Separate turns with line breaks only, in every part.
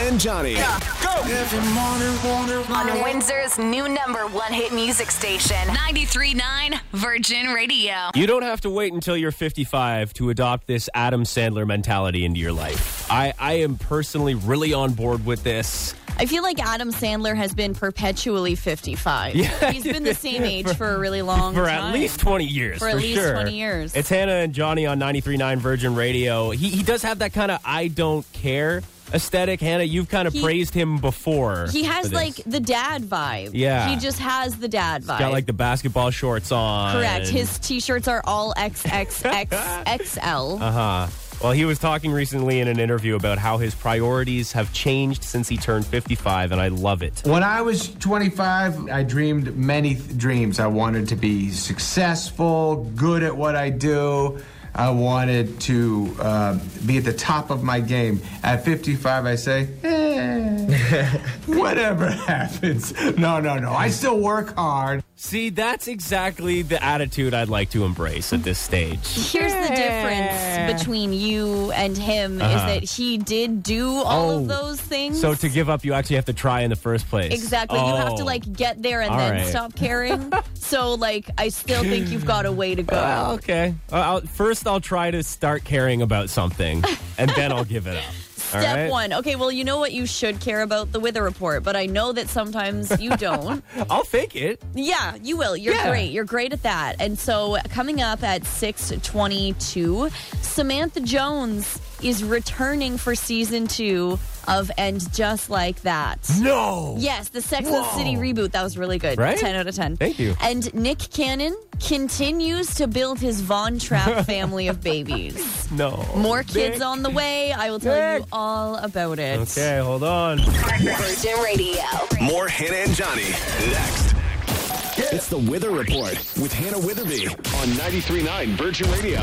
and Johnny.
on Windsor's new number one hit music station,
93.9 Virgin Radio.
You don't have to wait until you're 55 to adopt this Adam Sandler mentality into your life. I, I am personally really on board with this.
I feel like Adam Sandler has been perpetually 55. He's been the same age for a really long
for
time.
at least 20 years.
For at least
sure.
20 years.
It's Hannah and Johnny on 93.9 Virgin Radio. He, he does have that kind of I don't care aesthetic. Hannah, you've kind of
He-
praised him before.
He
for
has
this.
like the dad vibe.
Yeah.
He just has the dad vibe.
Got like uh, the basketball shorts on.
Correct. His t shirts are all XXXXL.
Uh-huh. Well, he was talking recently in an interview about how his priorities have changed since he turned 55, and I love it.
When I was 25, I dreamed many th- dreams. I wanted to be successful, good at what I do. I wanted to uh, be at the top of my game. At 55, I say, eh, whatever happens. No, no, no. I still work hard.
See, that's exactly the attitude I'd like to embrace at this stage.
Here's the difference between you and him is that he did do all
Uh-huh. Oh.
of those things.
So to give up, you actually have to try in the first place.
Exactly. You have to
Oh.
like get there and
All
then
right.
stop caring. so like I still think you've got a way to go.
Well, okay. Uh, I'll, first, I'll try to start caring about something, and then I'll give it up. All
Step
right?
one. Okay, well, you know what you should care about the weather report, but I know that sometimes you don't.
I'll fake it.
yeah, you will. You're
Yeah.
great. You're great at that. And so coming up at 622, Samantha Jones is returning for season two of And Just Like That.
No.
Yes, the Sex and the City reboot. That was really good.
Right?
10 out of 10.
Thank you.
And Nick Cannon continues to build his Von Trapp family of babies.
No.
More kids
Nick.
on the way. I will tell you
Nick.
all about it.
Okay, hold on.
Virgin Radio.
More Hannah and Johnny next. It's the Wither Report with Hannah Witherby on 93.9 Virgin Radio.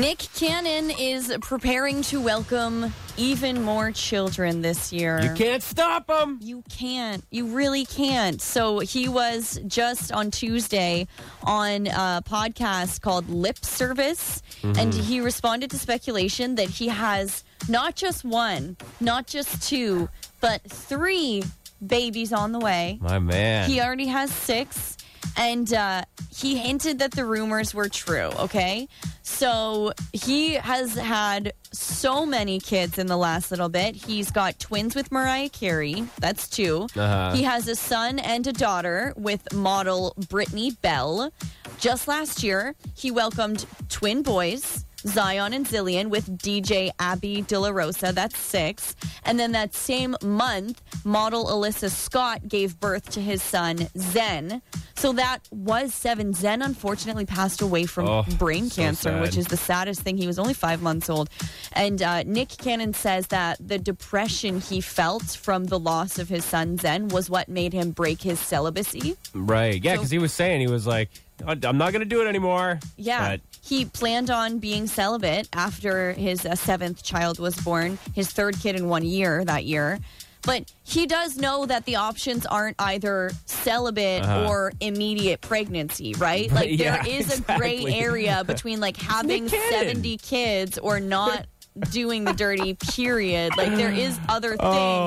Nick Cannon is preparing to welcome even more children this year.
You can't stop them.
You can't. You really can't. So he was just on Tuesday on a podcast called Lip Service,
Mm-hmm.
and he responded to speculation that he has not just one, not just two, but three babies on the way.
My man.
He already has six, and uh, he hinted that the rumors were true. Okay, so he has had so many kids in the last little bit. He's got twins with Mariah Carey. That's 2
Uh-huh.
He has a son and a daughter with model Brittany Bell. Just last year, he welcomed twin boys. Zion and Zillion with DJ Abby De La Rosa. That's six. And then that same month, model Alyssa Scott gave birth to his son, Zen. So that was seven. Zen unfortunately passed away from
Oh,
brain
so
cancer,
sad.
which is the saddest thing. He was only five months old. And uh, Nick Cannon says that the depression he felt from the loss of his son, Zen, was what made him break his celibacy.
right. Yeah,
So-
because he was saying, he was like, "I- I'm not going to do it anymore.
Yeah.
But
He planned on being celibate after his uh, seventh child was born, his third kid in one year that year. But he does know that the options aren't either celibate or immediate pregnancy, right? Like
Uh-huh. yeah,
there is a
exactly.
gray area between like having
Nick Cannon.
70 kids or not doing the dirty period. Like there is other things.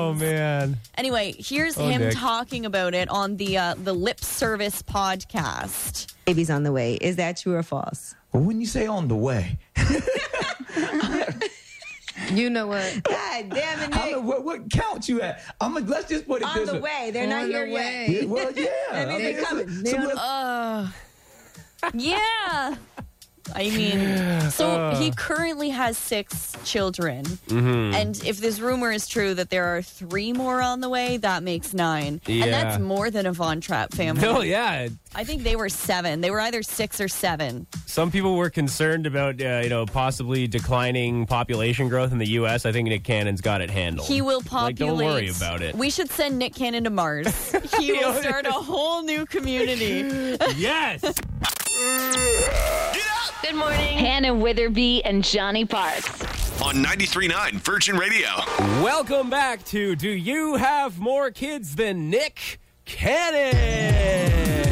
Oh, man.
Anyway, here's
Oh,
him
Nick.
talking about it on the uh, the Lip Service podcast.
babies on the way. Is that true or false?
Well, when you say on the way,
You know what?
God damn it,
I don't know, what, what count you at? I'm like, let's just put it
On
this
the way. They're not
On the
here yet.
way.
Yeah, well, yeah. I
mean, they
it's-
coming.
so
They on
let's-
Yeah. I mean, so he currently has six children.
Mm-hmm.
And if this rumor is true that there are three more on the way, that makes nine.
Yeah.
And that's more than a Von Trapp family.
No, Oh, yeah.
I think they were seven. They were either six or seven.
Some people were concerned about, uh, you know, possibly declining population growth in the U.S. I think Nick Cannon's got it handled.
He will
Oh, Like,
populate.
don't worry about it.
We should send Nick Cannon to Mars. He will start a whole new community.
yes.
Good morning. Hannah Witherby and Johnny Parks.
On 93.9 Virgin Radio.
Welcome back to Do You Have More Kids Than Nick Cannon?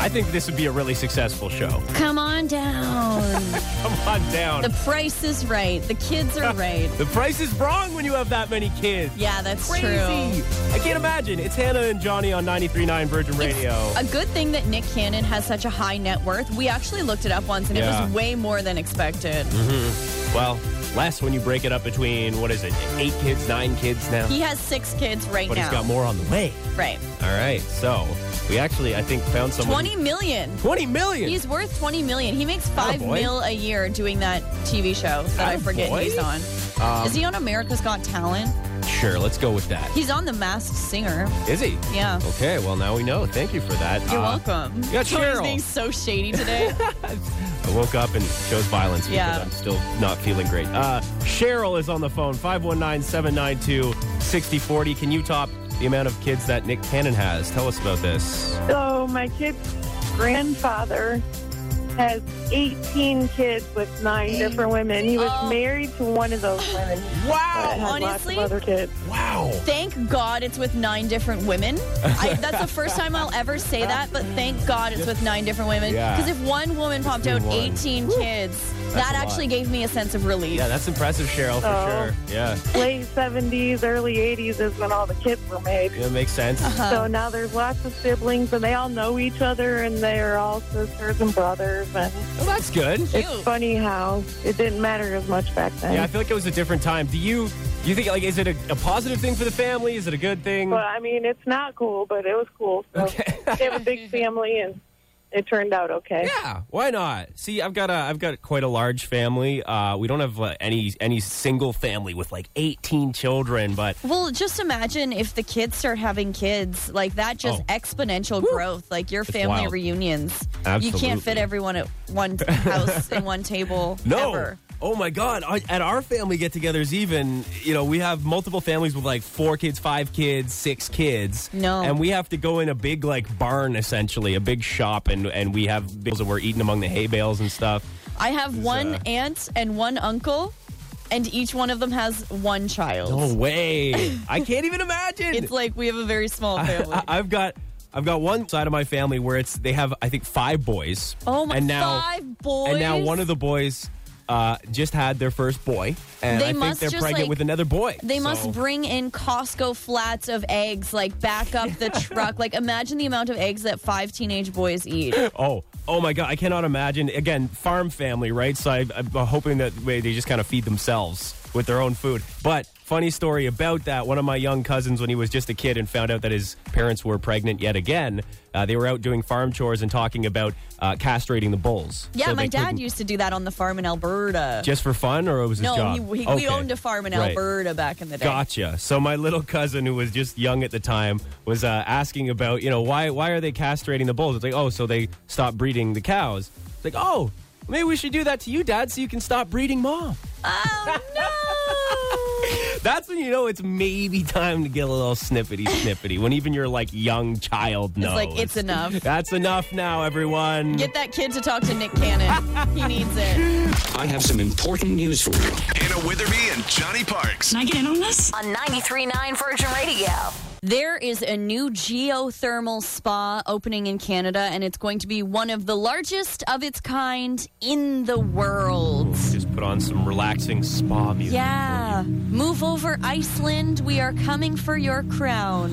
I think this would be a really successful show.
Come on on down.
Come on down.
the price is right. The kids are right.
The price is wrong when you have that many kids.
Yeah, that's
Crazy.
true.
I can't imagine. It's Hannah and Johnny on 93.9 Virgin Radio.
A good thing that Nick Cannon has such a high net worth. We actually looked it up once and it
Yeah. Mm-hmm.
was way more than expected.
Well, less when you break it up between, what is it, eight kids, nine kids now?
He has six kids right
but
now.
he's got more on the way.
Right.
All right. So we actually, I think, found someone.
20 million.
20 million.
He's worth 20 million. He makes 5
Attaboy.
mil a year doing that TV show that I forget
Attaboy?
he's on.
Um,
Is he on America's Got Talent?
sure, let's go with that.
He's on The Masked Singer.
Is he?
Yeah.
Okay, well, now we know. Thank you for that.
You're
Uh,
welcome.
you got
Tony's
Cheryl.
being so shady today.
I woke up and chose violence because
Yeah.
I'm still not feeling great. Uh, Cheryl is on the phone, 519 792 6040. Can you top the amount of kids that Nick Cannon has? Tell us about this.
So my kid's grandfather has 18 kids with nine different women. He was
Oh.
married to one of those women. but
wow.
had
Honestly,
lots of other kids.
Wow.
thank God it's with nine different women. I, that's the first time I'll ever say that, but thank God it's with nine different women.
Yeah.
Because if one woman popped
been
out
one.
18 kids, that
a lot.
actually gave me a sense of relief.
Yeah, that's impressive, Cheryl, for
Oh.
sure. Yeah.
Late 70s, early 80s is when all the kids were made.
Yeah, makes sense.
So now there's lots of siblings, and they all know each other, and they're all sisters and brothers. And
Well, that's good.
Cute.
funny how it didn't matter as much back then.
Yeah, I feel like it was a different time. Do you do you think like is it a, a positive thing for the family? Is it a good thing?
But I mean, it's not cool, but it was cool. So they have a big family, and it turned out okay.
Yeah, why not? See, I've got a I've got quite a large family. Uh, we don't have uh, any any single family with like 18 children, but
Well, just imagine if the kids start having kids like that, just
Oh.
exponential growth, like your family
wild.
reunions. You can't fit
Absolutely.
everyone at one t- house in one table.
no.
ever.
Oh my God! I, at our family get-togethers, even you know, we have multiple families with like four kids, five kids, six kids.
No.
and we have to go in a big like barn, essentially a big shop, and and we have bills that we're eating among the hay bales and stuff.
I have one
uh,
aunt and one uncle, and each one of them has one child.
No way! I can't even imagine.
It's like we have a very small family.
I- I've got I've got one side of my family where it's they have I think five boys.
Oh my!
And now
five boys.
and now one of the boys uh, just had their first boy, and
They
I think
must
they're
just,
pregnant
like-
with another boy.
They must
So-
bring in Costco flats of eggs, like back up the truck. Like imagine the amount of eggs that five teenage boys eat.
oh. Oh my God! I cannot imagine. Again, farm family, right? So I, I'm hoping that way they just kind of feed themselves with their own food. But funny story about that: one of my young cousins, when he was just a kid and found out that his parents were pregnant yet again, uh, they were out doing farm chores and talking about uh, castrating the bulls.
Yeah,
So
my
they
dad
couldn't-
used to do that on the farm in Alberta.
Just for fun, or it was his
no,
job?
he, he,
Okay.
we owned a farm in
Right.
Alberta back in the day.
Gotcha. So my little cousin, who was just young at the time, was uh, asking about, you know, why why are they castrating the bulls? It's like, oh, so they stop breeding the cows. It's like, oh, maybe we should do that to you, Dad, so you can stop breeding mom.
Oh
That's when you know it's maybe time to get a little snippety snippety. when even your like young child
no!
knows,
it's like it's enough.
That's enough now, everyone.
Get that kid to talk to Nick Cannon. he needs it.
I have some important news for you.
Hannah Witherby and Johnny Parks.
I get in on this? On 93.9 Virgin Radio.
There is a new geothermal spa opening in Canada, and it's going to be one of the largest of its kind in the world.
Just put on some relaxing spa music.
Yeah. Move over, Iceland. We are coming for your crown.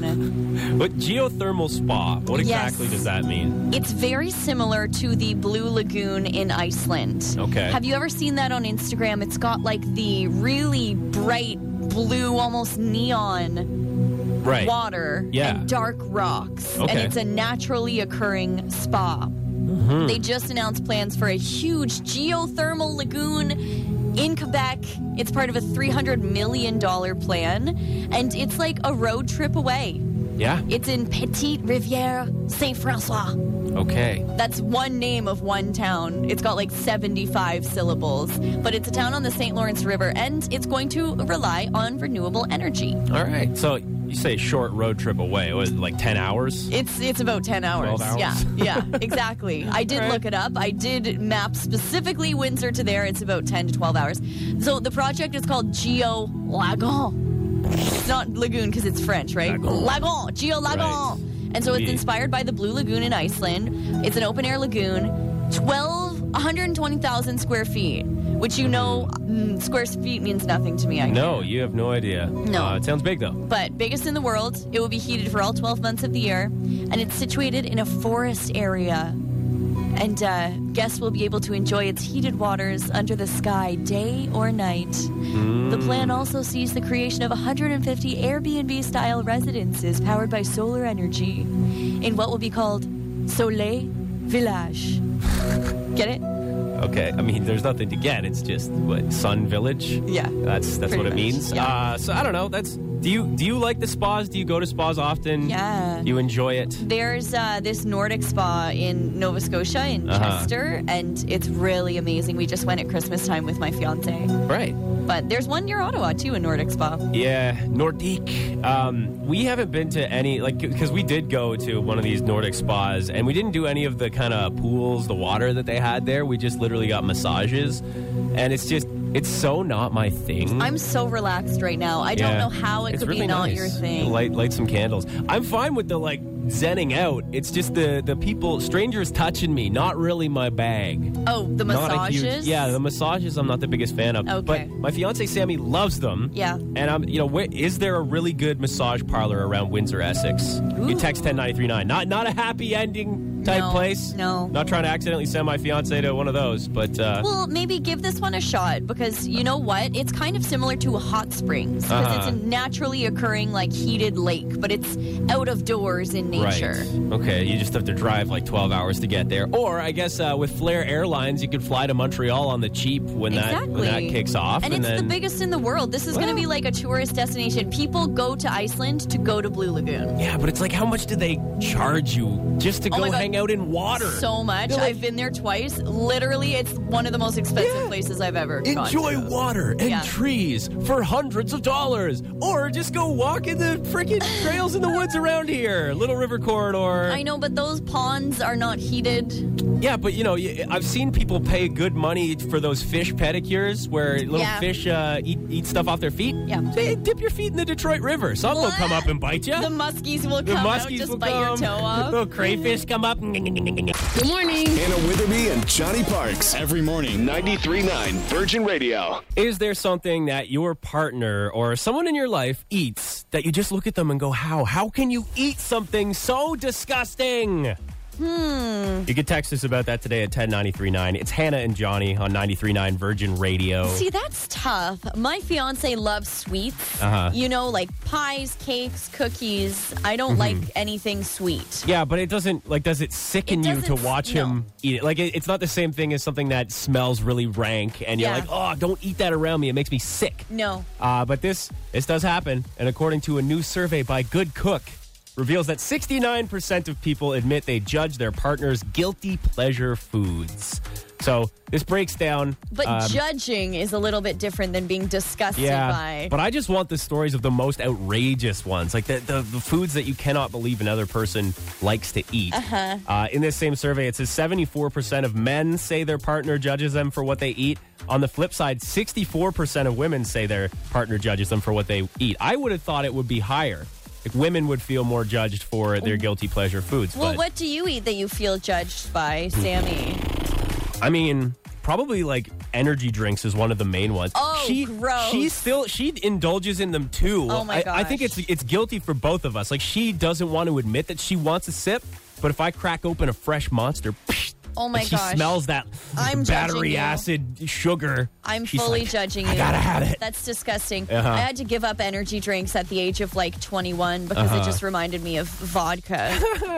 But geothermal spa. What
Yes.
exactly does that mean?
It's very similar to the Blue Lagoon in Iceland.
Okay.
Have you ever seen that on Instagram? It's got like the really bright blue, almost neon
Right.
water
Yeah.
and dark rocks. And
Okay.
it's a naturally occurring spa.
Mm-hmm.
They just announced plans for a huge geothermal lagoon in Quebec. It's part of a $300 million plan, and it's like a road trip away.
Yeah.
It's in Petite Riviere Saint Francois.
Okay.
That's one name of one town. It's got like 75 syllables, but it's a town on the St. Lawrence River and it's going to rely on renewable energy.
All right. So you say short road trip away. Was it like 10 hours?
It's it's about 10 hours.
12 hours?
Yeah. Yeah, exactly. I did look it up. I did map specifically Windsor to there. It's about 10 to 12 hours. So the project is called Geo Lagon. It's not lagoon because it's French, right?
Lagon.
Lagon. Geo Lagon.
Right.
And so it's
Oui.
inspired by the Blue Lagoon in Iceland. It's an open air lagoon. 12 120,000 square feet, which you know mm, square feet means nothing to me. I
No, you have no idea.
No.
Uh, it sounds big though.
but biggest in the world. It will be heated for all 12 months of the year, and it's situated in a forest area. And uh, guests will be able to enjoy its heated waters under the sky day or night. The plan also sees the creation of 150 Airbnb style residences powered by solar energy in what will be called Soleil Village. Get it?
Okay, I mean, there's nothing to get. It's just what Sun Village.
Yeah.
That's that's
Pretty
what it
much,
means.
yeah.
Uh, so I don't know. That's do you do you like the spas? Do you go to spas often?
Yeah.
You enjoy it?
There's uh, this Nordic spa in Nova Scotia in
Uh-huh.
Chester, and it's really amazing. We just went at Christmas time with my fiance.
Right.
But there's one near Ottawa too, a Nordic spa.
Yeah, Nordique. Um, we haven't been to any like because we did go to one of these Nordic spas, and we didn't do any of the kind of pools, the water that they had there. We just literally got massages, and it's just it's so not my thing.
I'm so relaxed right now. I don't
Yeah.
know how it
It's
could
really
be not
nice.
your thing.
Light light some candles. I'm fine with the like zenning out. It's just the the people strangers touching me, not really my bag.
oh, the
Not a
massages.
huge, yeah, the massages I'm not the biggest fan of.
Okay.
But my fiance Sammy loves them.
Yeah.
And I'm, you know, wh- is there a really good massage parlor around Windsor, Essex? You text 10939. Not not a happy ending type
No,
place.
no.
Not trying to accidentally send my fiance to one of those, but uh,
well, maybe give this one a shot because you know what? It's kind of similar to a hot springs because
Uh-huh.
it's a naturally occurring like heated lake, but it's out of doors in nature.
Right. Okay, you just have to drive like 12 hours to get there. Or I guess uh, with Flair Airlines, you could fly to Montreal on the cheap when that
Exactly.
when that kicks off,
And,
and,
it's
then
the biggest in the world. This is going
Well-
to be like a tourist destination. People go to Iceland to go to Blue Lagoon.
yeah, but it's like how much do they charge you just to
Oh
go
my God.
hang out in water?
So much. I've been there twice. Literally, it's one of the most expensive places I've ever gone.
Enjoy
to.
water and
Yeah.
trees for hundreds of dollars, or just go walk in the freaking trails in the woods around here, Little River Corridor.
I know, but those ponds are not heated.
Yeah, but you know, y- I've seen people pay good money for those fish pedicures where little
Yeah.
fish uh, eat, eat stuff off their feet.
Yeah.
Say, dip your feet in the Detroit River. Something will come up and bite you.
The muskies will come out, just bite your toe off.
Little crayfish come up.
Good morning.
Hannah Witherby and Johnny Parks. Every morning. 93.9 Virgin Radio.
Is there something that your partner or someone in your life eats that you just look at them and go, how? How can you eat something so disgusting? Hmm. You could text us about that today at 10939. It's Hannah and Johnny on 939 Virgin Radio.
See, that's tough. My fiance loves sweets.
Uh-huh.
You know, like pies, cakes, cookies. I don't like anything sweet.
Mm-hmm. Yeah, but it doesn't like does it sicken
It
you to
doesn't-
watch him eat it? Like it, it's not the same thing as something that smells really rank, and you're
Yeah.
like, oh, don't eat that around me. It makes me sick.
No.
Uh, but this this does happen, and according to a new survey by Good Cook, reveals that 69% of people admit they judge their partner's guilty pleasure foods. So this breaks down.
But
um,
judging is a little bit different than being disgusted by.
but I just want the stories of the most outrageous ones, like the, the, the foods that you cannot believe another person likes to eat. Uh-huh. in this same survey, it says 74% of men say their partner judges them for what they eat. On the flip side, 64% of women say their partner judges them for what they eat. I would have thought it would be higher. Like women would feel more judged for their guilty pleasure foods.
Mm. well,
but,
what do you eat that you feel judged by, Sammy?
I mean, probably like energy drinks is one of the main ones.
Oh,
she,
gross.
She still she indulges in them too.
Oh, my
I, I think
gosh.
it's it's guilty for both of us. Like she doesn't want to admit that she wants a sip, but if I crack open a fresh monster,
Oh my
and she
gosh.
smells that
I'm judging
battery
you.
acid sugar.
I'm
She's
fully
like,
judging you.
I gotta have it. Uh-huh.
That's disgusting. I had to give up energy drinks at the age of like 21 because
Uh-huh.
it just reminded me of vodka.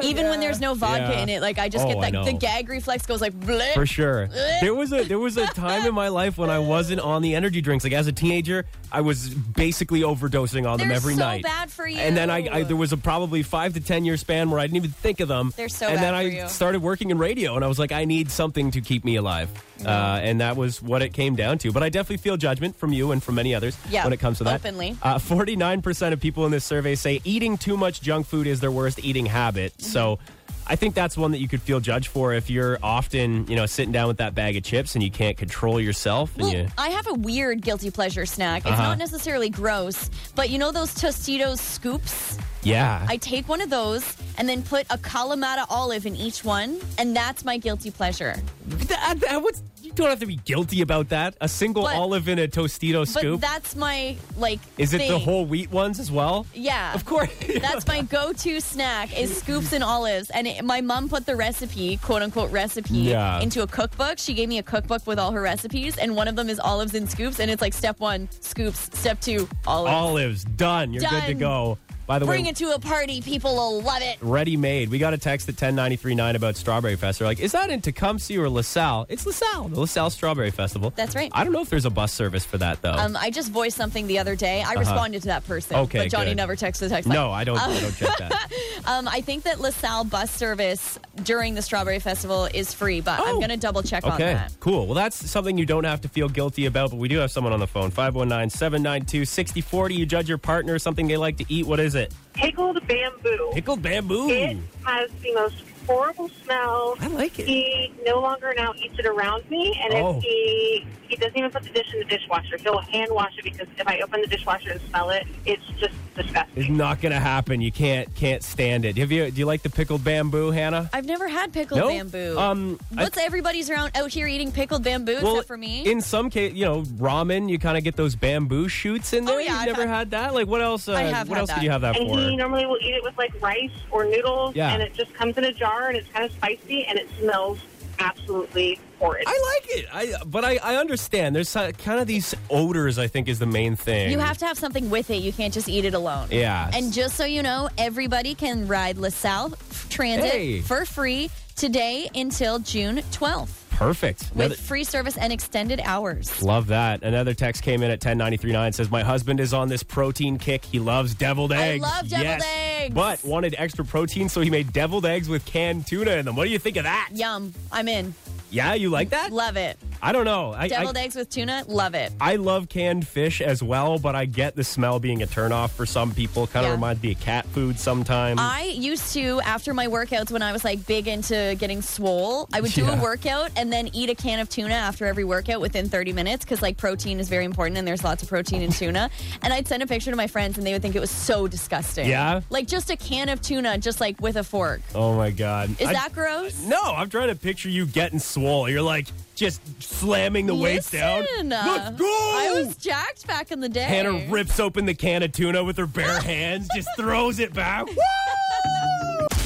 Even when there's no vodka
Yeah.
in it, like I just
Oh, I
get
know.
that the gag reflex goes like bleh.
for sure. There was a there was a time in my life when I wasn't on the energy drinks. Like as a teenager, I was basically overdosing on them
They're
every
so
night.
bad for you.
And then I, I there was a probably five to ten year span where I didn't even think of them.
They're so
And
bad
then I
for you.
started working in radio, and I was like, I need something to keep me alive. Uh, and that was what it came down to. But I definitely feel judgment from you and from many others
Yeah,
when it comes to that.
openly.
Uh, 49% of people in this survey say eating too much junk food is their worst eating habit.
Mm-hmm.
So I think that's one that you could feel judged for if you're often, you know, sitting down with that bag of chips and you can't control yourself. And
Well,
you,
I have a weird guilty pleasure snack.
Uh-huh.
It's not necessarily gross, but you know those Tostitos scoops?
yeah.
I take one of those, and and then put a Kalamata olive in each one, and that's my guilty pleasure.
That, that, what's, you don't have to be guilty about that. A single
But-
olive in a Tostito
But
scoop.
that's my like.
Is it the
thing.
whole wheat ones as well?
Yeah.
Of course.
That's my go-to snack is scoops and olives. And it, my mom put the recipe, quote unquote recipe,
Yeah.
into a cookbook. She gave me a cookbook with all her recipes, and one of them is olives and scoops. And it's like step one, scoops. Step two, olives.
Olives, done. You're good to
Done.
go. By the
Bring
way,
it to a party, people will love it.
ready made. We got a text at 10939 about Strawberry Fest. They're like, is that in Tecumseh or LaSalle? It's LaSalle, the LaSalle Strawberry Festival.
That's right.
I don't know if there's a bus service for that, though.
Um, I just voiced something the other day. I responded to that person.
Uh-huh. Okay,
But Johnny
good.
never texted the text. line.
no, I don't, I don't get that.
Um, I think that LaSalle bus service during the Strawberry Festival is free, but I'm
Oh.
going to double check on
Okay,
that.
cool. Well, that's something you don't have to feel guilty about, but we do have someone on the phone 519 792 6040. You judge your partner, something they like to eat. What is it?
Pickled bamboo.
Pickled bamboo.
It has the most horrible smell.
I like it.
He no longer now eats it around me, and
Oh.
if he he doesn't even put the dish in the dishwasher, he'll hand wash it because if I open the dishwasher and smell it, it's just disgusting.
It's not gonna happen. You can't can't stand it. Have you? Do you like the pickled bamboo, Hannah?
I've never had pickled
No?
bamboo.
Um, I-
What's everybody's around out here eating pickled bamboo except for me?
in some case, you know, ramen. You kind of get those bamboo shoots in there.
Oh, yeah,
You've
I've
never had,
had-
that. Like what else? Uh,
I have
what
had
else could
that.
you have that
And
for?
he normally will eat it with like rice or noodles,
Yeah.
and it just comes in a jar, and it's kind of spicy, and it smells absolutely horrid.
I like it. I but I, I understand. There's uh, kind of these odors. I think is the main thing.
you have to have something with it. You can't just eat it alone.
Yeah.
And just so you know, everybody can ride LaSalle Transit
Hey.
for free today until June 12th
perfect.
with
Another-
free service and extended hours.
Love that. Another text came in at 10939 says, My husband is on this protein kick. He loves deviled eggs.
love deviled eggs.
But wanted extra protein, so he made deviled eggs with canned tuna in them. What do you think of that?
Yum. I'm in.
Yeah, you like that?
Love it.
I don't know. I,
Deviled
I,
eggs with tuna. Love it.
I love canned fish as well, but I get the smell being a turnoff for some people. Kind
Yeah.
of
Uh,
reminds me of cat food sometimes.
I used to, after my workouts, when I was like big into getting swole, I would do
Yeah.
a workout and then eat a can of tuna after every workout within 30 minutes because like protein is very important and there's lots of protein in tuna. And I'd send a picture to my friends and they would think it was so disgusting.
Yeah?
Like just a can of tuna, just like with a fork.
oh my God.
Is
I-
that gross?
No, I'm trying to picture you getting swole. You're like just slamming the weights down.
Listen, uh,
Let's go!
I was jacked back in the day.
Hannah rips open the can of tuna with her bare hands, just throws it back.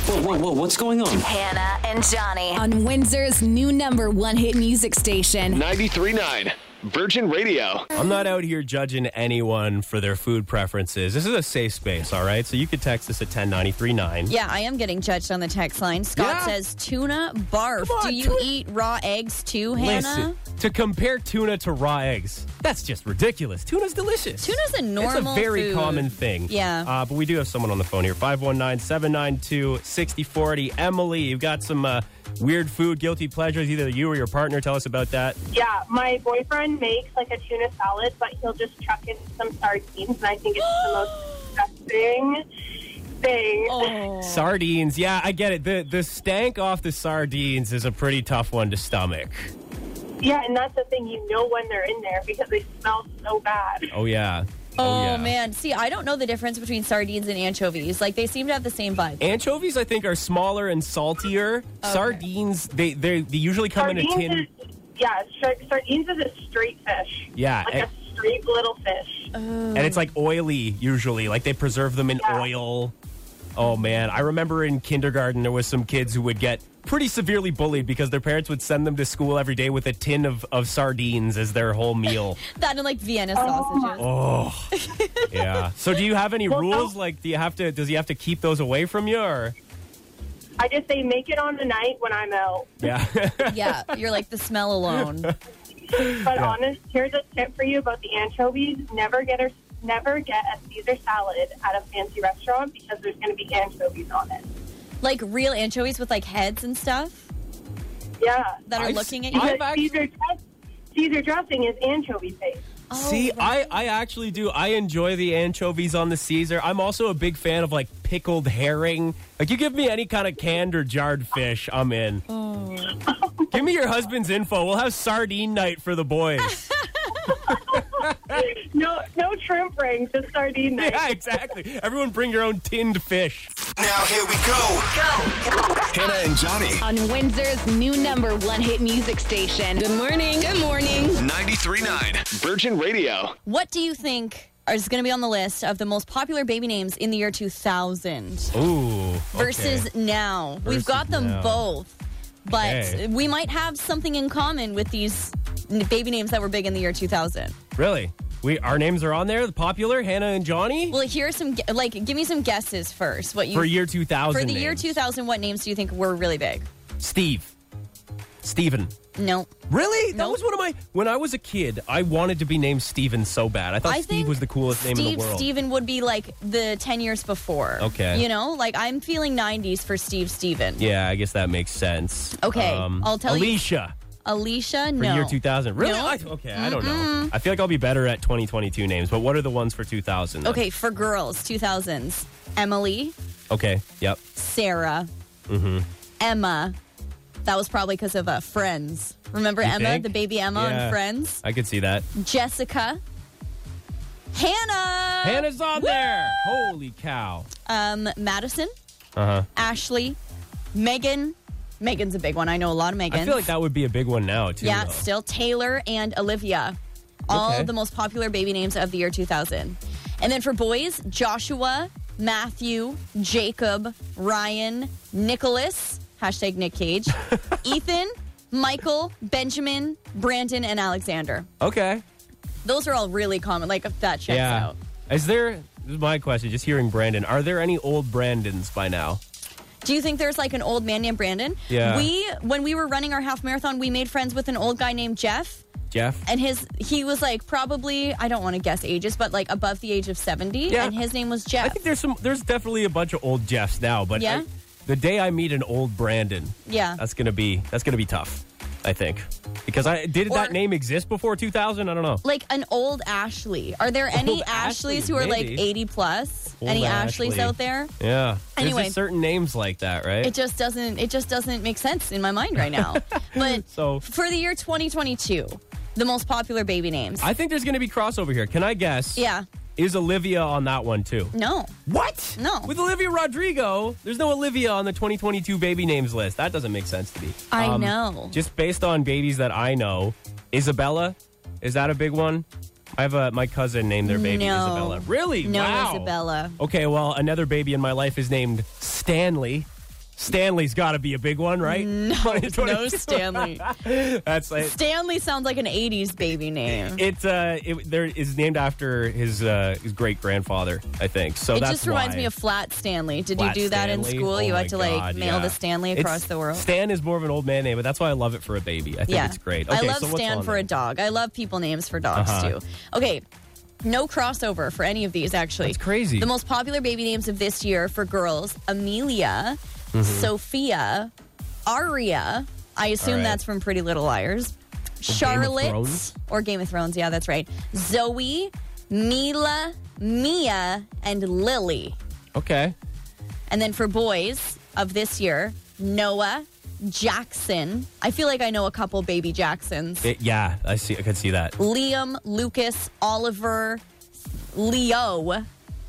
Whoa, whoa, whoa, what's going on?
Hannah and Johnny.
on Windsor's new number one hit music station.
939 Virgin Radio.
I'm not out here judging anyone for their food preferences. This is a safe space, all right? So you could text us at 10939.
Yeah, I am getting judged on the text line. Scott
Yeah.
says, tuna barf.
Come on,
Do you
tuna-
eat raw eggs too, Hannah?
Listen, to compare tuna to raw eggs, that's just ridiculous. Tuna's delicious.
Tuna's a normal
It's a very
food.
common thing.
Yeah.
Uh, but we do have someone on the phone here 519 792 6040. oh. Emily, you've got some uh, weird food, guilty pleasures, either you or your partner. Tell us about that.
Yeah, my boyfriend makes like a tuna salad, but he'll just chuck in some sardines, and I think it's the most disgusting thing.
Oh. Sardines. Yeah, I get it. The the stank off the sardines is a pretty tough one to stomach.
Yeah, and that's the thing. You know when they're in there because they smell so bad.
Oh yeah.
Oh,
yeah.
man. See, I don't know the difference between sardines and anchovies. Like they seem to have the same vibe.
Anchovies I think are smaller and saltier. Sardines they they they usually come in a tin.
Sardines is, yeah, sar- sardines is a straight fish.
Yeah, eh.
Like
and-
a straight little fish.
and it's like oily usually like they preserve them in
Yeah.
oil oh man i remember in kindergarten there was some kids who would get pretty severely bullied because their parents would send them to school every day with a tin of, of sardines as their whole meal
That and like Vienna sausages.
Oh. yeah so do you have any
Well, oh.
rules
no.
like do you have to does he have to keep those away from you or
I just say make it on the night when I'm out.
yeah
Yeah, you're like the smell alone.
But honest, here's a tip for you about the anchovies: never get a never get a Caesar salad at a fancy restaurant because there's going to be anchovies on it.
Like real anchovies with like heads and stuff
Yeah,
that are
I've
looking at
s-
you.
because
I've act-
Caesar, dress, Caesar dressing is anchovy paste.
Oh,
See,
right.
I, I actually do. I enjoy the anchovies on the Caesar. I'm also a big fan of like pickled herring. Like you give me any kind of canned or jarred fish, I'm in.
Oh.
Give me your husband's info. We'll have sardine night for the boys.
No, no shrimp rings, just sardine night.
yeah, exactly. Everyone bring your own tinned fish.
Now here we go. Go. Hannah and Johnny.
On Windsor's new number one hit music station. Good morning. Good morning.
93.9 Virgin Radio.
What do you think is going to be on the list of the most popular baby names in the year 2000
Ooh.
versus now? We've
Versus
got them
now.
both, but
Okay.
we might have something in common with these n- baby names that were big in the year 2000.
Really? We our names are on there. The popular Hannah and Johnny
Well, here are some gu- like give me some guesses first. What you
for year two thousand.
for the year 2000? What names do you think were really big?
Steve, Steven.
No,
Really? That was one of my. When I was a kid, I wanted to be named Steven so bad. I thought
I
Oh, Steve was the coolest name in
Steve
the world.
Steven would be like the 10 years before.
Okay.
you know, like I'm feeling 90s for Steve Steven.
Yeah, I guess that makes sense. Um,
Okay, I'll tell you-
Alicia
Alicia,
for
no.
year 2000. Really?
No.
I, okay, I don't know.
Mm-mm.
I feel like I'll be better at 2022 names, but what are the ones for 2000? then?
Okay, for girls, 2000s. Emily,
Okay, yep.
Sarah,
Mm-hmm.
Emma. That was probably because of uh, Friends. Remember
You
Emma,
think?
the baby Emma
Yeah.
on Friends?
I could see that.
Uh, Jessica, Hannah.
Hannah's on there. Holy cow.
Um, Madison,
Uh huh.
Ashley, Megan. Megan's a big one. I know a lot of Megan.
I feel like that would be a big one now, too.
Yeah,
though.
still Taylor and Olivia. All
Okay.
the most popular baby names of the year 2000. And then for boys, Joshua, Matthew, Jacob, Ryan, Nicholas, hashtag Nick Cage, Ethan, Michael, Benjamin, Brandon, and Alexander.
Okay.
Those are all really common. Like, if that checks
yeah.
out.
Is there, this is my question, just hearing Brandon, are there any old Brandons by now?
Do you think there's like an old man named Brandon?
Yeah.
We, when we were running our half marathon, we made friends with an old guy named Jeff.
Jeff?
and his he was like probably I don't want to guess ages, but like above the age of seventy,
Yeah.
and his name was Jeff.
I think there's some, there's definitely a bunch of old Jeffs now, but
Yeah?
I- the day I meet an old Brandon,
Yeah.
that's gonna be that's gonna be tough, I think, because I did
Or-
that name exist before 2000? I don't know.
like an old Ashley. Are there any
Old Ashley,
Ashleys who are like
maybe.
eighty plus?
Old
any Ashleys
Ashley.
out there?
Yeah.
Anyway.
there's just certain names like that, right?
It just doesn't it just doesn't make sense in my mind right now. but
so
for the year twenty twenty two, the most popular baby names.
I think there's gonna be crossover here. Can I guess?
yeah.
Is Olivia on that one too?
No.
What?
No.
With Olivia Rodrigo, there's no Olivia on the 2022 baby names list. That doesn't make sense to me.
I know.
Um, Just based on babies that I know, Isabella, is that a big one? I have a my cousin named their baby
no.
Isabella. Really?
No
Wow.
Isabella.
Okay, well, another baby in my life is named Stanley. Stanley's got to be a big one, right?
No, no Stanley.
That's it.
Stanley sounds like an eighties baby name.
It, uh, it there is named after his uh, his great grandfather, I think. So
it
that's
just reminds
why.
me of Flat Stanley. Did
Flat
you do that in
Stanley?
school?
Oh
you
my
had to like
God,
mail
yeah.
the Stanley
It's-
across the world.
Stan is more of an old man name, but that's why I love it for a baby. I think it's great.
I
Okay,
love
so what's
Stan
on
for
there?
a dog. I love people names for dogs
Uh-huh.
too. Okay. No crossover for any of these, actually. It's
crazy.
The most popular baby names of this year for girls Amelia,
Mhm.
Sophia, Aria. I assume
All right.
that's from Pretty Little Liars.
of
Charlotte
Thrones?
or Game of Thrones. Yeah, that's right. Zoe, Mila, Mia, and Lily.
Okay.
And then for boys of this year, Noah, Jackson. I feel like I know a couple baby Jacksons.
It- yeah, I see. I could see that.
Liam, Lucas, Oliver, Leo,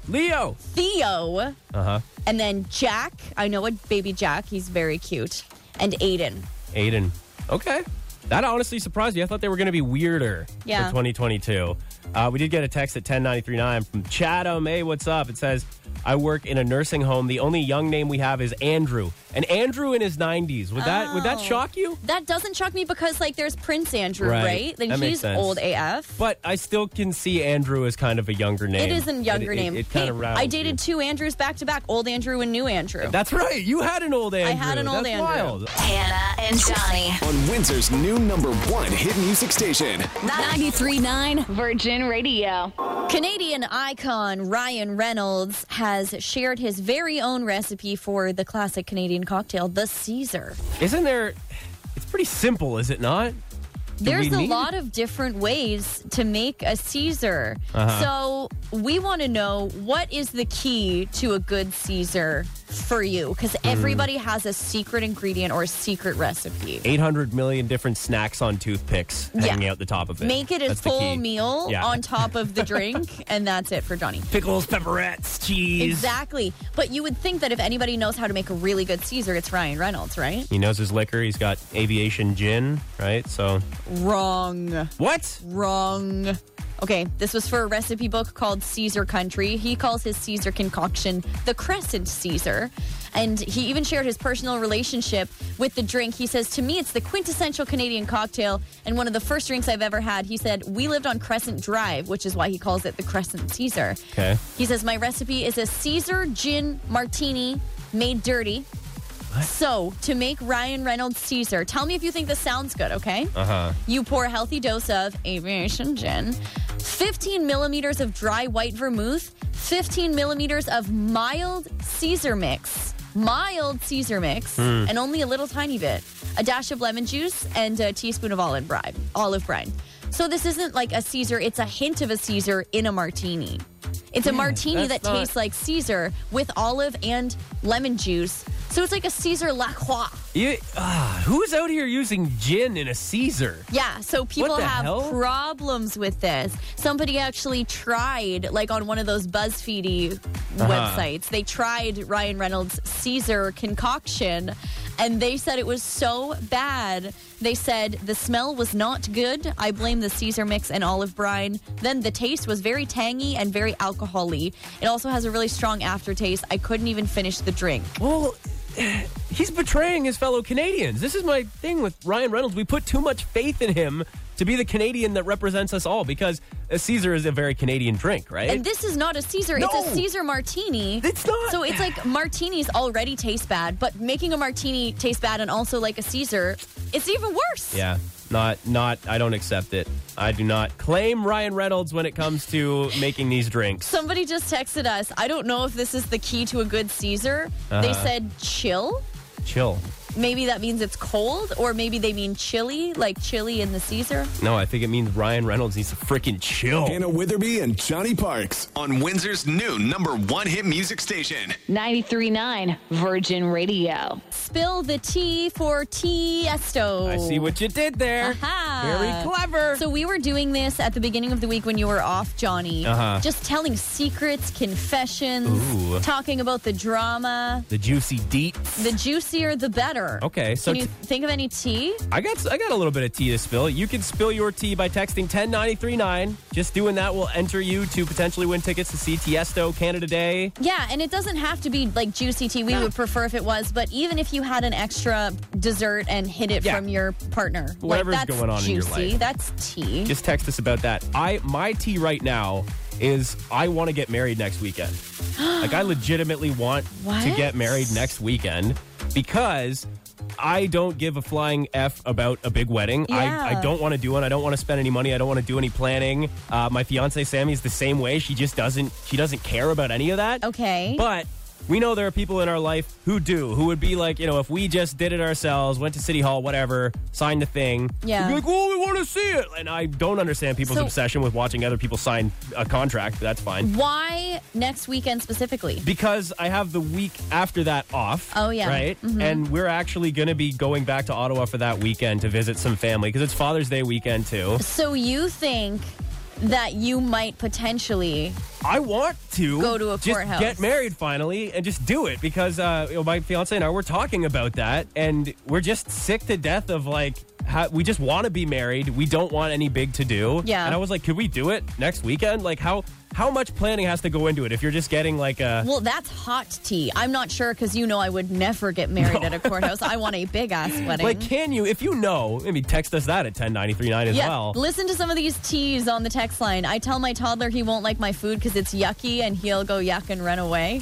Leo,
Theo,
uh huh.
and then Jack. I know a baby Jack. He's very cute. And Aiden.
Aiden. Okay. That honestly surprised me. I thought they were going to be weirder
Yeah.
for 2022. Uh, we did get a text at 10939 from Chatham. Hey, what's up? It says, I work in a nursing home. The only young name we have is Andrew. And Andrew in his 90s. Would that would that
Oh.
shock you?
That doesn't shock me because like there's Prince Andrew,
Right.
right? Then
That makes
he's
sense.
old AF.
But I still can see Andrew as kind of a younger name.
It is a younger
it,
name.
It, kind of
Hey, I dated two Andrews back to back, old Andrew and new Andrew.
That's right. You had an old Andrew.
I had an old
That's
Andrew.
wild.
Hannah and Johnny.
On Windsor's new number one hit music station.
939
Virgin Radio.
Canadian icon Ryan Reynolds has shared his very own recipe for the classic Canadian cocktail, the Caesar.
Isn't there? It's pretty simple, is it not? Do
There's
we
a
need-
lot of different ways to make a Caesar.
Uh-huh.
So we want to know what is the key to a good Caesar for you because
Hmm.
everybody has a secret ingredient or a secret recipe.
800 million different snacks on toothpicks
Yeah.
hanging out the top of it.
Make it a
That's the
full
key.
meal
Yeah.
on top of the drink, and that's it for Johnny.
Pickles, pepperettes, cheese.
Exactly. But you would think that if anybody knows how to make a really good Caesar, it's Ryan Reynolds, right?
He knows his liquor. He's got aviation gin, right? So
Wrong.
What?
Wrong. Okay, this was for a recipe book called Caesar Country. He calls his Caesar concoction the Crescent Caesar. And he even shared his personal relationship with the drink. He says, To me, it's the quintessential Canadian cocktail and one of the first drinks I've ever had. He said, We lived on Crescent Drive, which is why he calls it the Crescent Caesar.
okay.
He says, My recipe is a Caesar gin martini made dirty. So, to make Ryan Reynolds Caesar, tell me if you think this sounds good, okay?
Uh huh.
You pour a healthy dose of aviation gin, 15 millimeters of dry white vermouth, 15 millimeters of mild Caesar mix, mild Caesar mix,
Hmm.
and only a little tiny bit, a dash of lemon juice, and a teaspoon of olive brine. Olive brine. So this isn't like a Caesar; it's a hint of a Caesar in a martini. It's a
Yeah,
martini that
Hmm, that's not-
tastes like Caesar with olive and lemon juice. So it's like a Caesar La Croix.
You, ah, who's out here using gin in a Caesar?
Yeah, so people
the
have
hell?
problems with this. Somebody actually tried, like on one of those BuzzFeedy
Uh-huh.
websites, they tried Ryan Reynolds' Caesar concoction, and they said it was so bad. They said the smell was not good. I blame the Caesar mix and olive brine. Then the taste was very tangy and very alcoholy. It also has a really strong aftertaste. I couldn't even finish the drink.
Well, He's betraying his fellow Canadians. This is my thing with Ryan Reynolds. We put too much faith in him to be the Canadian that represents us all because a Caesar is a very Canadian drink, right?
And this is not a Caesar. It's a
No.
Caesar martini. It's not. So it's like martinis already taste bad, but making a martini taste bad and also like a Caesar, it's even worse.
Yeah. Not not I don't accept it. I do not claim Ryan Reynolds when it comes to making these drinks.
Somebody just texted us. I don't know if this is the key to a good Caesar. They
Uh-huh.
said chill.
Chill.
Maybe that means it's cold, or maybe they mean chili, like chili in the Caesar.
No, I think it means Ryan Reynolds needs to freaking chill.
Hannah Witherby and Johnny Parks on Windsor's new number one hit music station.
93.9 Virgin Radio.
Spill the tea for Tiesto.
I see what you did there.
Uh-huh. Aha.
Very clever.
So we were doing this at the beginning of the week when you were off, Johnny.
Uh-huh.
Just telling secrets, confessions,
Ooh.
talking about the drama.
The juicy deep.
The juicier, the better.
Okay, so
can you
t-
think of any tea?
I got I got a little bit of tea to spill. You can spill your tea by texting 10939. Just doing that will enter you to potentially win tickets to see Tiesto Canada Day.
Yeah, and it doesn't have to be like juicy tea. We would prefer if it was, but even if you had an extra dessert and hid it
Yeah.
from your partner, like,
Whatever's
that's
going on in
juicy.
your life.
That's tea.
Just text us about that. I my tea right now is I want to get married next weekend. like I legitimately want to
What?
get married next weekend because I don't give a flying f about a big wedding. I,
Yeah.
I don't want to do one. I don't want to spend any money. I don't want to do any planning. Uh, my fiance Sammy is the same way. She just doesn't. She doesn't care about any of that.
Okay.
But we know there are people in our life who do, who would be like, you know, if we just did it ourselves, went to City Hall, whatever, signed the thing.
Yeah.
we'd be like, oh, we want to see it. And I don't understand people's
So-
obsession with watching other people sign a contract. That's fine.
Why next weekend specifically?
Because I have the week after that off.
Oh, yeah.
Right?
Mhm.
And we're actually going to be going back to Ottawa for that weekend to visit some family because it's Father's Day weekend, too.
So you think that you might potentially
I want to
Go to a
just
courthouse.
get married finally and just do it because uh, you know, my fiance and I were talking about that and we're just sick to death of like how, we just want to be married. We don't want any big to do.
Yeah.
And I was like, could we do it next weekend? Like how how much planning has to go into it if you're just getting like a
Well, that's hot tea. I'm not sure because you know I would never get married at a courthouse. I want a big ass wedding.
like can you if you know maybe text us that at ten ninety three nine as
yeah,
well.
listen to some of these teas on the text line. I tell my toddler he won't like my food because it's yucky and he'll go yuck and run away.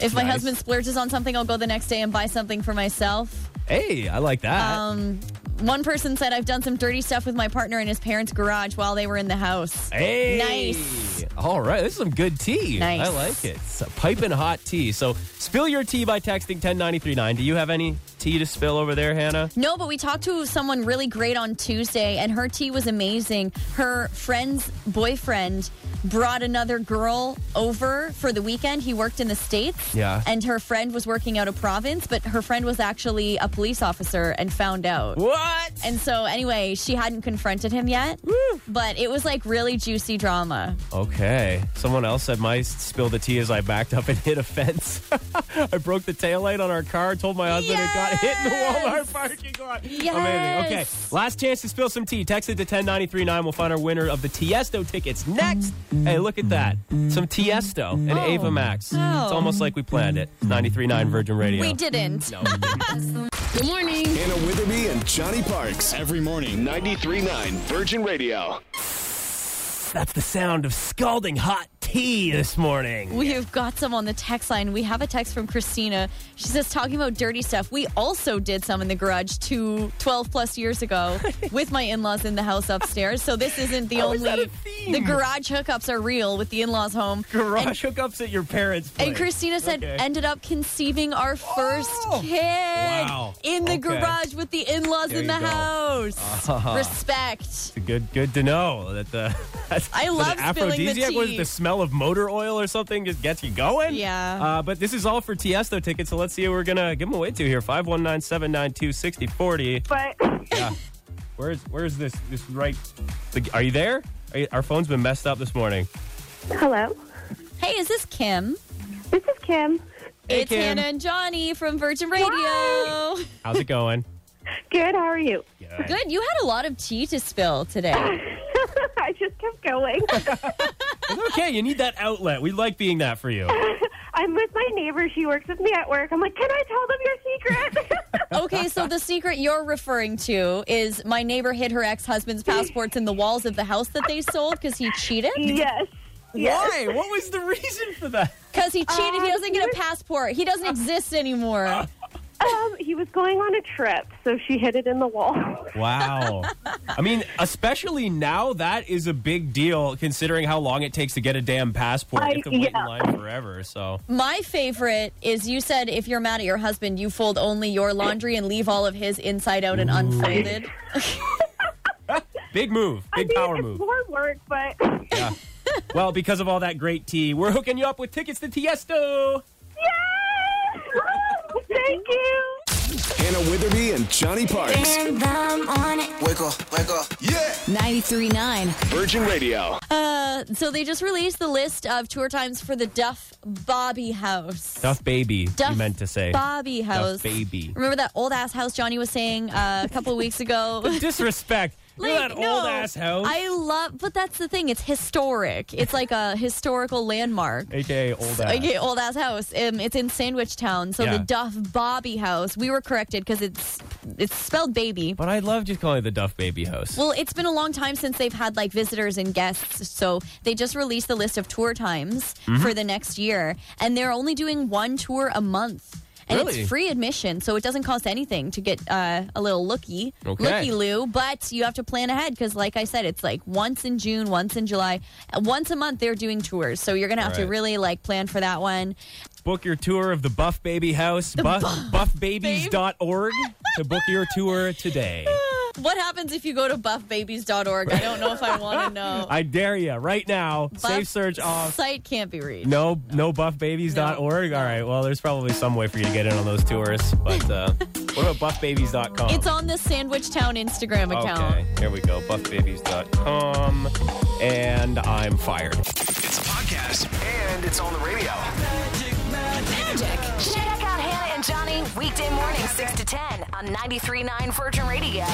if my
Nice.
husband splurges on something, I'll go the next day and buy something for myself.
Hey, I like that.
Um, One person said, I've done some dirty stuff with my partner in his parents' garage while they were in the house.
Hey.
Nice.
All right. This is some good tea.
Nice.
I like it. It's a piping hot tea. So spill your tea by texting 10939. Do you have any tea to spill over there, Hannah?
No, but we talked to someone really great on Tuesday, and her tea was amazing. Her friend's boyfriend brought another girl over for the weekend. He worked in the States.
Yeah.
And her friend was working out of province, but her friend was actually a police officer and found out.
What?
And so, anyway, she hadn't confronted him yet, but it was like really juicy drama.
Okay. Someone else said my spill the tea as I backed up and hit a fence. I broke the taillight on our car, told my husband it got hit in the Walmart parking lot.
Yes.
Amazing. Okay. Last chance to spill some tea. Text it to 10939. We'll find our winner of the Tiesto tickets next. Hey, look at that. Some Tiesto and
Oh.
Ava Max.
Oh.
It's almost like we planned it. 939 Virgin Radio.
We didn't.
Good morning. Hannah Witherby and Johnny Parks. Every morning, 93.9 Virgin Radio.
That's the sound of scalding hot tea this morning.
We have got some on the text line. We have a text from Christina. She says, talking about dirty stuff, we also did some in the garage two, 12 plus years ago with my in laws in the house upstairs. So this isn't the
How
only.
is that a
The garage hookups are real with the in laws home.
Garage hookups at your parents' place.
And Christina said,
Okay. Oh!
ended up conceiving our first kid
Wow.
in the
Okay.
garage with the in laws
There
in
you
the
go.
house.
Ah.
Respect.
Good, good to know that the that
I love
the
spilling the
aphrodisiac was it
tea.
the smell of motor oil or something just gets you going.
Yeah.
Uh, but this is all for Tiesto tickets, so let's see who we're gonna give them away to here. Five one nine seven nine two sixty forty.
But
Yeah. Where's where's this this right? the- Are you there? Are you, our phone's been messed up this morning.
hello,
Hey, is this Kim?
this is Kim.
it's
Kim.
Hannah and Johnny from Virgin Radio.
How's it going?
Good. How are you?
Good. You had a lot of tea to spill today.
I just kept going.
okay, you need that outlet. We like being that for you.
I'm with my neighbor. She works with me at work. I'm like, can I tell them your secret?
okay, so the secret you're referring to is my neighbor hid her ex husband's passports in the walls of the house that they sold because he cheated.
yes.
Why? What was the reason for that?
Because he cheated,
Um,
he doesn't
he
get a
was-
passport. He doesn't exist anymore.
Um, he was going on a trip, so she hid it in the wall.
Wow. I mean, especially now, that is a big deal considering how long it takes to get a damn passport.
I-
you have to wait
yeah.
in line forever. So,
My favorite is you said if you're mad at your husband, you fold only your laundry and leave all of his inside out and unfolded.
big move,
I
big
mean,
power
it's
move.
more work, but
Yeah. well, because of all that great tea, we're hooking you up with tickets to Tiesto.
yes! Thank you.
Hannah Witherby and Johnny Parks. Wake up, wake up. Yeah!
939.
Virgin Radio.
Uh, so they just released the list of tour times for the Duff Bobby House.
Duff baby,
Duff
you meant to say.
Bobby House.
Baby.
Remember that old ass house Johnny was saying uh, a couple weeks ago?
Disrespect. You're that old ass house.
I love, but that's the thing. It's historic. It's like a historical landmark.
AKA old ass.
Okay, old ass house. Um, it's in Sandwich Town. So the
Yeah.
Duff Bobby House. We were corrected because it's it's spelled baby.
But I love just calling it the Duff baby house.
Well, it's been a long time since they've had like visitors and guests, so they just released the list of tour times
Mm-hmm.
for the next year, and they're only doing one tour a month. And
Really?
it's free admission, so it doesn't cost anything to get uh, a little looky,
Okay.
looky loo. But you have to plan ahead because, like I said, it's like once in June, once in July, Uh, once a month they're doing tours. So you're gonna have to
Right.
really like plan for that one.
book your tour of the Buff Baby House, buff, buffbabies.org to book your tour today.
What happens if you go to buffbabies.org? I don't know if I want to know.
I dare you right now.
Buff
Safe search off.
site can't be reached.
No, no buffbabies.org. All right. Well, there's probably some way for you to get in on those tours, but uh, what about buffbabies.com?
It's on the Sandwich Town Instagram account.
Okay. Here we go. Buffbabies.com. And I'm fired.
It's a podcast and it's on the radio.
Check out Hannah and Johnny weekday morning 6 to 10 on 93.9 Virgin Radio.